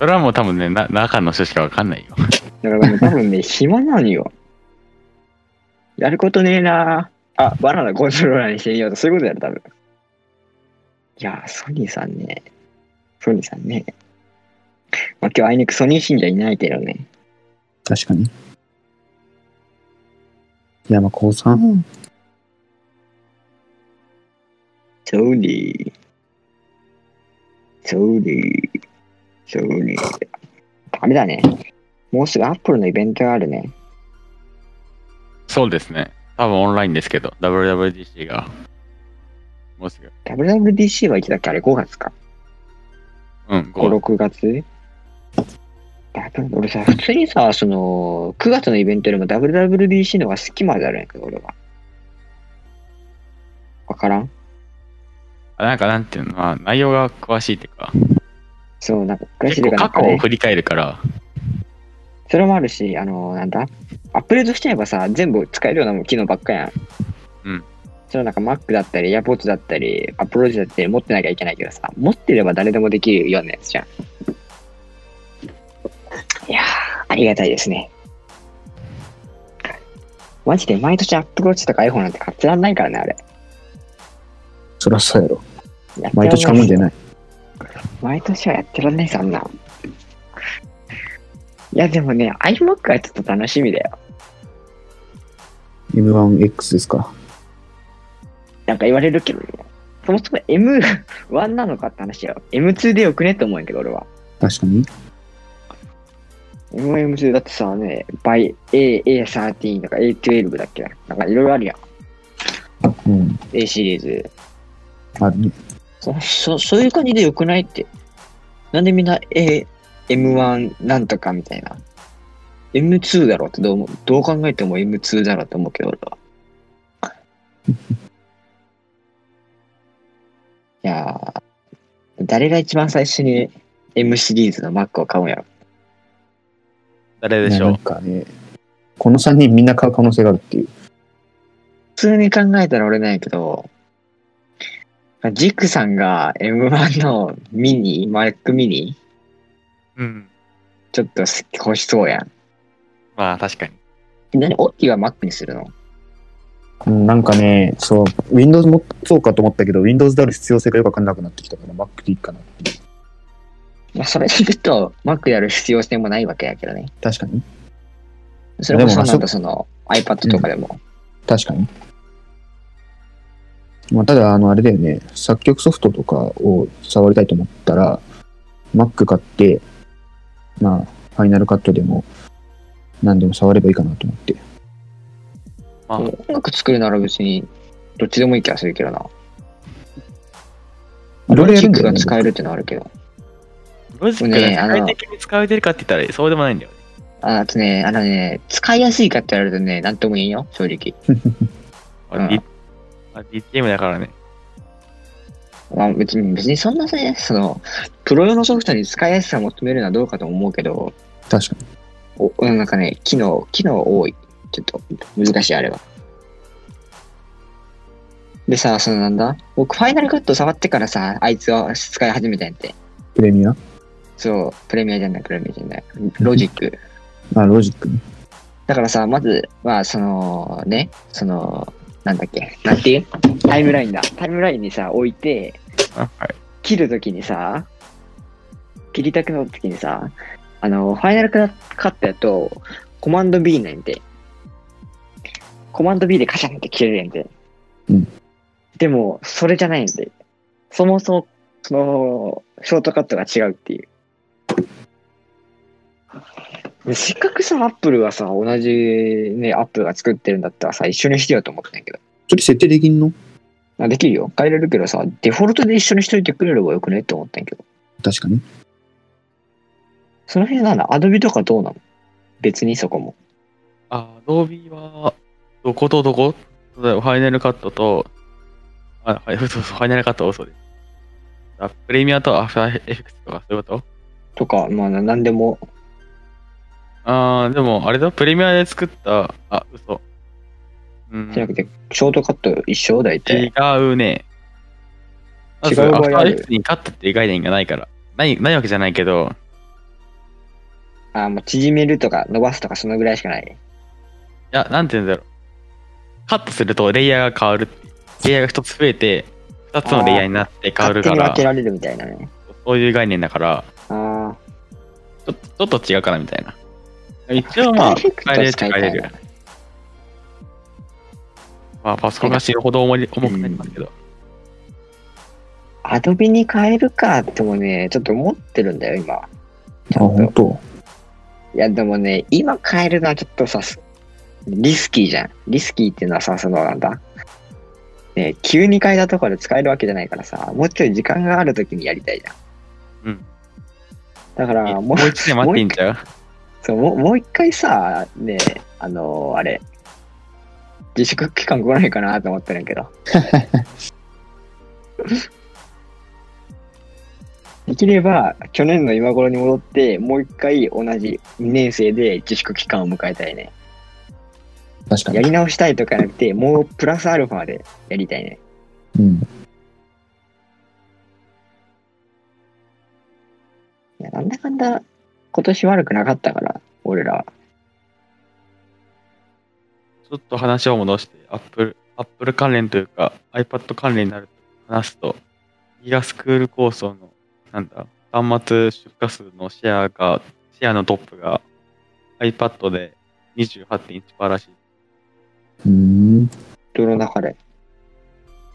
[SPEAKER 3] それはもう多分ね、な中の人しかわかんないよ。
[SPEAKER 1] だからもう多分ね、暇なのよ。やることねえなあ、バナナコントローラーにしてみようと、そういうことやる、多分。いやー、ソニーさんね。ソニーさんね。まあ、今日あいにくソニー信者いないけどね。
[SPEAKER 2] 確かに。いや、まあ、高3。
[SPEAKER 1] ソニー。ソニー。ソニー。あれだね。もうすぐアップルのイベントがあるね。
[SPEAKER 3] そうですね。多分オンラインですけど、WWDC が。もうすぐ。
[SPEAKER 1] WWDC はいつだっけあれ5月か。
[SPEAKER 3] うん、
[SPEAKER 1] 5、
[SPEAKER 3] 5、
[SPEAKER 1] 6月だから俺さ、普通にさ、その、9月のイベントよりも WWDC の方が好きまであるんやけど、俺は。わからん
[SPEAKER 3] あなんかなんていうの、まあ内容が詳しいっていうか、
[SPEAKER 1] そう、なんか、詳し
[SPEAKER 3] 結
[SPEAKER 1] いとい
[SPEAKER 3] 構
[SPEAKER 1] うかなん
[SPEAKER 3] 過
[SPEAKER 1] か
[SPEAKER 3] 去を
[SPEAKER 1] ね
[SPEAKER 3] 振り返るから、
[SPEAKER 1] それもあるし、あの、なんだ、アップデートしちゃえばさ、全部使えるような機能ばっかやん。
[SPEAKER 3] うん。
[SPEAKER 1] それなんか Mac だったり、AirPods だったり、Apple Watch だったり持ってなきゃいけないけどさ、持ってれば誰でもできるようなやつじゃん。いやー、ありがたいですね。マジで毎年 Apple Watch とか iPhone なんて買ってらんないからね、あれ。
[SPEAKER 2] そりゃそうやろ。
[SPEAKER 1] やってらん
[SPEAKER 2] 毎年買うんじゃない。
[SPEAKER 1] 毎年はやってらんないそんな。いや、でもね、iMac はちょっと楽しみだよ。
[SPEAKER 2] M1X ですか。
[SPEAKER 1] なんか言われるけどね。そもそも M1 なのかって話だよ。M2 でよくねって思うんやけど、俺は。
[SPEAKER 2] 確かに。
[SPEAKER 1] M1、M2 だってさ、ね、by A、A13 とか A12 だっけなんかいろいろあるやん。
[SPEAKER 2] うん。
[SPEAKER 1] A シリーズ。
[SPEAKER 2] あるね。
[SPEAKER 1] そ、そ、そういう感じでよくないって。なんでみんな A、M1 なんとかみたいな。M2 だろうってどう思う、どう考えても M2 だろうと思うけど、俺は。 いやー、誰が一番最初に M シリーズの Mac を買うんやろ。
[SPEAKER 3] 誰でしょ
[SPEAKER 2] な
[SPEAKER 3] うん
[SPEAKER 2] かね、この3人みんな買う可能性があるっていう。
[SPEAKER 1] 普通に考えたら俺なんやけど、ジクさんが M1 のミニ、マックミニ、
[SPEAKER 3] うん。
[SPEAKER 1] ちょっと欲しそうやん。
[SPEAKER 3] まあ確かに。
[SPEAKER 1] 何オッキーは Mac にするの
[SPEAKER 2] うんなんかね、そう、Windows もそうかと思ったけど、Windows である必要性がよくわかんなくなってきたから、Mac でいいかな。
[SPEAKER 1] まあ、それで言うと、Mac やる必要性もないわけやけどね。
[SPEAKER 2] 確かに。
[SPEAKER 1] それこ
[SPEAKER 2] で
[SPEAKER 1] そ
[SPEAKER 2] もまあ
[SPEAKER 1] なんかその iPad とかでも。
[SPEAKER 2] 確かに。まあ、ただ、あの、あれだよね、作曲ソフトとかを触りたいと思ったら、Mac 買って、まあ、ファイナルカットでも、何でも触ればいいかなと思って。
[SPEAKER 3] まあ、
[SPEAKER 1] 音楽作るなら別に、どっちでもいい気がするけどな。
[SPEAKER 2] いろいろやるんだ
[SPEAKER 1] ロジック
[SPEAKER 2] よ
[SPEAKER 1] が。
[SPEAKER 2] ね
[SPEAKER 1] 使えるってのはあるけど。
[SPEAKER 3] ロジックが世界的に使われてるかって言ったらそうでもないんだよね。
[SPEAKER 1] ああとね、あのね、使いやすいかって言われるとね、なんとも言えんよ、正直。
[SPEAKER 3] ま
[SPEAKER 1] う
[SPEAKER 3] あ
[SPEAKER 1] ん
[SPEAKER 3] D- まあ DTM だからね。
[SPEAKER 1] まあ、別に、別にそんなね、その、プロ用のソフトに使いやすさを求めるのはどうかと思うけど、
[SPEAKER 2] 確かに。
[SPEAKER 1] おなんかね、機能、機能多い。ちょっと難しい、あれは。でさ、そのなんだ僕、ファイナルカット触ってからさ、あいつを使い始めたんやって。
[SPEAKER 2] プレミア
[SPEAKER 1] そう、プレミアじゃない、プレミアじゃない。ロジック。
[SPEAKER 2] あ、ロジックね。
[SPEAKER 1] だからさ、まず、まあ、その、ね、その、なんだっけ、なんていうタイムラインだ。タイムラインにさ、置いて、
[SPEAKER 3] あはい。
[SPEAKER 1] 切るときにさ、切りたくなったときにさ、あの、ファイナルカットやと、コマンド B なんて、コマンド B でカシャンって切れるやんて。
[SPEAKER 2] うん
[SPEAKER 1] でも、それじゃないんで、そもそも、その、ショートカットが違うっていう。でせっかくさ、アップルがさ、同じね、アップルが作ってるんだったらさ、一緒にしてよと思ってんやけど。
[SPEAKER 2] それ設定できんの
[SPEAKER 1] あできるよ。変えれるけどさ、デフォルトで一緒にしといてくれればよくねって思ったんやけど。
[SPEAKER 2] 確かに。
[SPEAKER 1] その辺なのアドビとかどうなの別にそこも。
[SPEAKER 3] あ、Adobe は、どことどこファイナルカットと、あ、はい、そうそう、ファイナルカットは嘘です。あプレミアとアフターエフェクトとかそういうこと
[SPEAKER 1] とか、まあ、ななんでも。
[SPEAKER 3] あー、でも、あれだ、プレミアで作った、あ、嘘。うん、
[SPEAKER 1] じゃなくて、ショートカット一緒大体。
[SPEAKER 3] 違うね。ま
[SPEAKER 1] 違う
[SPEAKER 3] ず
[SPEAKER 1] 場合
[SPEAKER 3] アフタ
[SPEAKER 1] あ
[SPEAKER 3] ー
[SPEAKER 1] る
[SPEAKER 3] エフェクトにカットっていう概念がないから。ない、ないわけじゃないけど、
[SPEAKER 1] あもう縮めるとか伸ばすとかそのぐらいしかない。
[SPEAKER 3] いや、なんて言うんだろう。カットするとレイヤーが変わるっていう。レイヤーが一つ増えて、二つのレイヤーになって変
[SPEAKER 1] 勝
[SPEAKER 3] わる
[SPEAKER 1] 手
[SPEAKER 3] か
[SPEAKER 1] に分
[SPEAKER 3] ら
[SPEAKER 1] け、られるみたいなね。
[SPEAKER 3] そういう概念だから、
[SPEAKER 1] あ
[SPEAKER 3] ちょちょっと違うかなみたいな。一
[SPEAKER 1] あ。
[SPEAKER 3] 応まあ、
[SPEAKER 1] エフェクト
[SPEAKER 3] 使えるっち
[SPEAKER 1] 使
[SPEAKER 3] ゃ
[SPEAKER 1] い
[SPEAKER 3] 使
[SPEAKER 1] た
[SPEAKER 3] えれ
[SPEAKER 1] い
[SPEAKER 3] る
[SPEAKER 1] な。。
[SPEAKER 3] まあ、パソコンが死ぬほど重い重くなりますけど。
[SPEAKER 1] アドビに変えるかってもね、ちょっと思ってるんだよ、今。
[SPEAKER 2] あ、本当。
[SPEAKER 1] いや、でもね、今変えるのはちょっとさ、すリスキーじゃん。リスキーっていうのはさ、そのなんだ。ね、急に変えたところで使えるわけじゃないからさ、もうちょい時間があるときにやりたいじゃん。
[SPEAKER 3] うん。
[SPEAKER 1] だから、
[SPEAKER 3] も
[SPEAKER 1] もう
[SPEAKER 3] う一年待っていいんちゃう
[SPEAKER 1] そうもうもう一回さ、ねえ、あのーあれ、自粛期間来ないかなと思ってるんやけど。できれば、去年の今頃に戻って、もう一回同じ2年生で自粛期間を迎えたいね。
[SPEAKER 2] 確か
[SPEAKER 1] や
[SPEAKER 2] に。
[SPEAKER 1] り直したいとかじゃなくて、もうプラスアルファでやりたいね。
[SPEAKER 2] うん。
[SPEAKER 1] いや、なんだかんだ、今年悪くなかったから、俺らは。
[SPEAKER 3] ちょっと話を戻して、Apple, Apple 関連というか iPad 関連になると話すと、ギガスクール構想の、なんだ、端末出荷数のシェアが、シェアのトップが iPad で28.1%らしい。
[SPEAKER 2] うーん。
[SPEAKER 1] どの中で。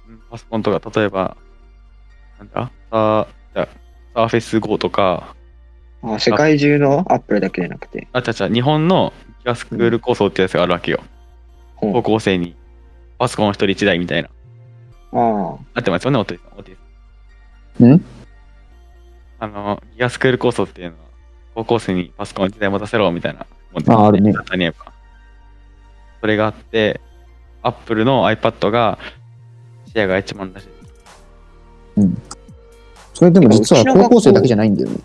[SPEAKER 3] うんパソコンとか、例えば、なんだ、サー、サーフェス GO とか、
[SPEAKER 1] あ、世界中のアップルだけじゃなくて。
[SPEAKER 3] あ、ちゃちゃ、日本のギガスクール構想ってやつがあるわけよ。
[SPEAKER 1] うん
[SPEAKER 3] 高校生にパソコン一人一台みたいな。
[SPEAKER 1] ああ、
[SPEAKER 3] 合ってますよね、おとりさん。おとりさ
[SPEAKER 2] ん
[SPEAKER 3] あの、ギガスクール構想っていうのは、高校生にパソコン一台持たせろみたいなもんです
[SPEAKER 2] ああるね
[SPEAKER 3] 簡単に言えばそれがあって、アップルの iPad が、シェアが一番らしい。
[SPEAKER 2] それでも実は
[SPEAKER 1] でもうちの学
[SPEAKER 2] 高
[SPEAKER 1] 校
[SPEAKER 2] 校生だけじゃないんだよね。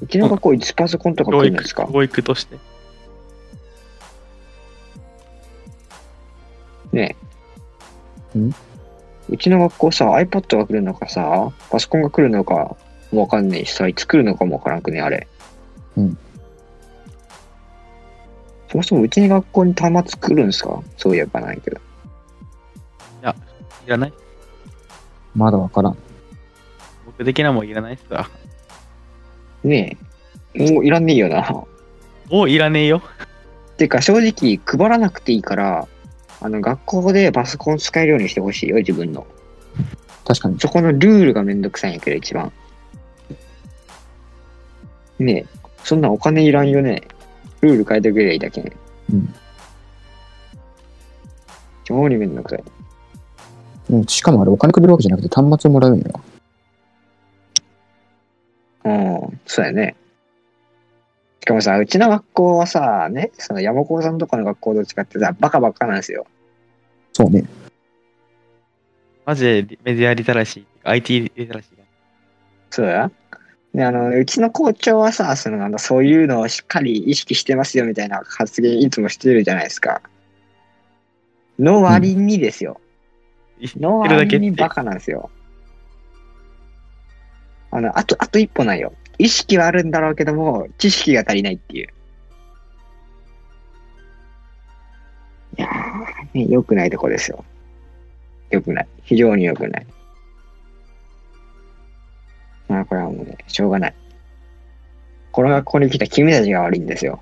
[SPEAKER 1] うちの学校いつパソコンとか来
[SPEAKER 3] 教
[SPEAKER 1] るんです
[SPEAKER 3] 育、
[SPEAKER 1] か
[SPEAKER 3] 教育として。
[SPEAKER 1] ねえ
[SPEAKER 2] ん
[SPEAKER 1] うちの学校さ、iPad が来るのかさ、パソコンが来るのかもわかんないしさ、いつ来るのかもわからんくね、あれ。
[SPEAKER 2] うん。
[SPEAKER 1] そもそもうちの学校に端末来るんですかそういえばないけど。
[SPEAKER 3] いらない
[SPEAKER 2] まだわからん。
[SPEAKER 3] 僕的なもんいらないっすわ。
[SPEAKER 1] ねえ。もういらんねえよな。
[SPEAKER 3] もういらねえよ。
[SPEAKER 1] てか正直、配らなくていいから、あの、学校でパソコン使えるようにしてほしいよ、自分の。
[SPEAKER 2] 確かに。
[SPEAKER 1] そこのルールがめんどくさいんやけど、一番。ねえ、そんなお金いらんよね。ルール変えてくれりゃいいだけね。
[SPEAKER 2] うん。
[SPEAKER 1] 超にめんどくさい。
[SPEAKER 2] うんしかもあれお金くれるわけじゃなくて端末をもらうんや。
[SPEAKER 1] うん、そうやね。しかもさ、うちの学校はさ、ね、その山高さんとかの学校と違ってさ、バカバカなんですよ。
[SPEAKER 2] そうね。
[SPEAKER 3] マジでリメディアリテラシー、IT リテラシーが。
[SPEAKER 1] そうや。で、あの、うちの校長はさ、その、あの、そういうのをしっかり意識してますよみたいな発言いつもしてるじゃないですか。の割にですよ。
[SPEAKER 3] 知って
[SPEAKER 1] の
[SPEAKER 3] るだ
[SPEAKER 1] 割
[SPEAKER 3] けっ
[SPEAKER 1] に
[SPEAKER 3] て
[SPEAKER 1] バ。カなんですよ。あの、あと、あと一歩ないよ。意識はあるんだろうけども、知識が足りないっていう。いやー、ね、良くないとこですよ。良くない。非常に良くない。まあ、これはもうね、しょうがない。この学校に来た君たちが悪いんですよ。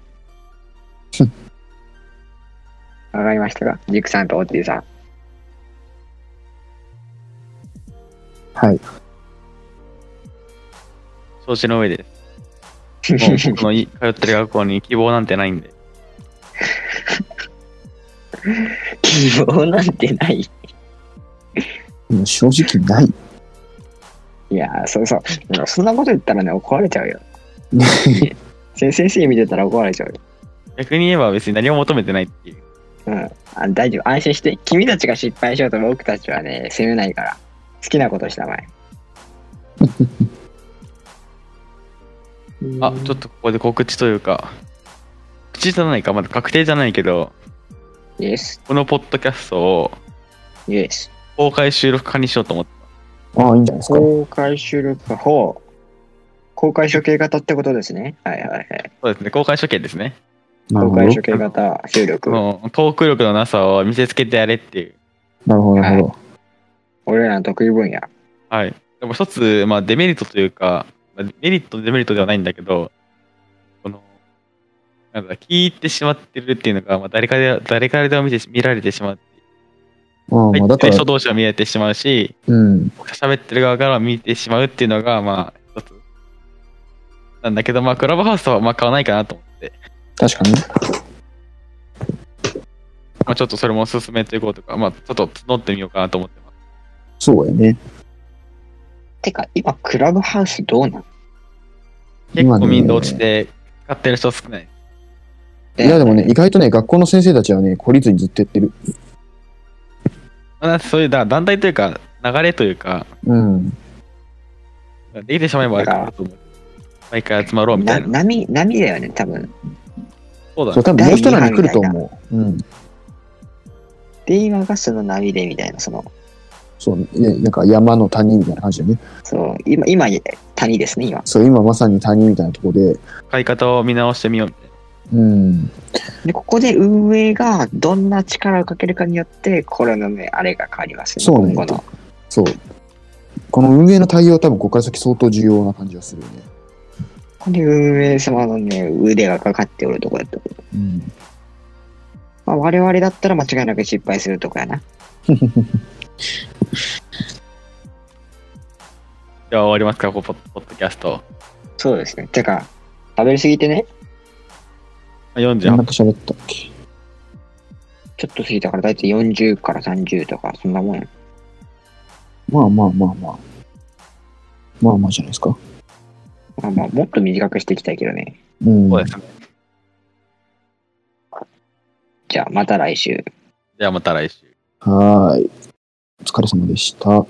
[SPEAKER 1] わかりましたかジクさんとオッティさん。
[SPEAKER 2] はい。
[SPEAKER 3] 承知の上でもう 僕のい通ってる学校に希望なんてないんで。
[SPEAKER 1] 希望なんてない。
[SPEAKER 2] もう正直ない。
[SPEAKER 1] いやー、そうそう。でもそんなこと言ったらね、怒られちゃ うよ。先先生見てたら怒られちゃうよ。
[SPEAKER 3] 逆に言えば別に何も求めてないっていう。
[SPEAKER 1] うん。あ大丈夫。安心して。君たちが失敗しようと僕たちはね、責めないから。好きなことしたまえ。
[SPEAKER 3] あ、ちょっとここで告知というか、告知じゃないか、まだ確定じゃないけど、
[SPEAKER 1] と。Yes,
[SPEAKER 3] このポッドキャストを
[SPEAKER 1] yes.
[SPEAKER 3] 公開収録化にしようと思って、
[SPEAKER 2] ああ、いいんじゃないですか。
[SPEAKER 1] 公開収録がほう。公開処刑型ってことですね。はいはいはい。
[SPEAKER 3] そうですね、公開処刑ですね。
[SPEAKER 2] なる
[SPEAKER 1] 公
[SPEAKER 2] ほど
[SPEAKER 1] 開。処刑型収録
[SPEAKER 3] こ。のトーク力のなさを見せつけてやれっていう。
[SPEAKER 2] なるほど、なるほど。
[SPEAKER 1] 俺らの得意分野。
[SPEAKER 3] はい。でも一つ、まあデメリットというか、まあメリット、デメリットではないんだけど、この、なんだ、聞いてしまってるっていうのが、まあ誰かで、誰からでも見てし見られてしまう。
[SPEAKER 2] ああ、まあ
[SPEAKER 3] 入
[SPEAKER 2] だ
[SPEAKER 3] って
[SPEAKER 2] か
[SPEAKER 3] る
[SPEAKER 2] ら
[SPEAKER 3] 人、同士は見られてしまうし、
[SPEAKER 2] うん。
[SPEAKER 3] 喋ってる側から見てしまうっていうのが、まあ、一つ。なんだけど、まあ、クラブハウスは、まあ、買わないかなと思って、
[SPEAKER 2] 確かに。
[SPEAKER 3] まあ、ちょっとそれもおすすめということか、まあ、ちょっと募ってみようかなと思ってます。
[SPEAKER 2] そうやね。
[SPEAKER 1] てか、今、クラブハウスどうなん
[SPEAKER 3] 結
[SPEAKER 2] 今ね
[SPEAKER 3] 構民度落ちて、使ってる人少ない。
[SPEAKER 2] いや、でもね、意外とね、学校の先生たちはね、懲りずにずっとやってる。
[SPEAKER 3] まあ、そういうだ団体というか、流れというか、
[SPEAKER 2] うん。
[SPEAKER 3] できてしまえばあれかなと思う。毎回集まろうみた
[SPEAKER 1] ない
[SPEAKER 3] な。
[SPEAKER 1] 波、波だよね、多分。っ
[SPEAKER 3] そうだ
[SPEAKER 2] そう、
[SPEAKER 3] ね。
[SPEAKER 2] 多分もう一波来ると思う。うん。
[SPEAKER 1] ていうのがその波でみたいな、その、
[SPEAKER 2] そう、ね、なんか山の谷みたいな感じだね。
[SPEAKER 1] そう、今、今、谷ですね、今。
[SPEAKER 2] そう、今まさに谷みたいなとこで、
[SPEAKER 3] 買い方を見直してみようみたいな。
[SPEAKER 2] うん。
[SPEAKER 1] で、ここで運営がどんな力をかけるかによって、これのね、あれが変わりますね、
[SPEAKER 2] そうね
[SPEAKER 1] 今後の。
[SPEAKER 2] そう。この運営の対応は多分ここから先相当重要な感じがするよね。
[SPEAKER 1] ここで運営様のね、腕がかかっておるところだと。
[SPEAKER 2] うん。
[SPEAKER 1] まあ、我々だったら間違いなく失敗するとこやな。
[SPEAKER 3] では終わりますか、ここポッポッドキャスト。
[SPEAKER 1] そうですね。てか、食べるすぎてね、
[SPEAKER 2] な
[SPEAKER 3] 48
[SPEAKER 2] ん
[SPEAKER 3] 分。
[SPEAKER 2] か喋ったっけ
[SPEAKER 1] ちょっと過ぎたから、だいたい40から30とか、そんなもん。
[SPEAKER 2] まあまあまあまあ。まあまあじゃないですか。
[SPEAKER 1] まあまあ、もっと短くしていきたいけどね。
[SPEAKER 2] うん。
[SPEAKER 3] そうですね。
[SPEAKER 1] じゃあ、また来週。
[SPEAKER 3] ではまた来週。
[SPEAKER 2] はーい。お疲れ様でした。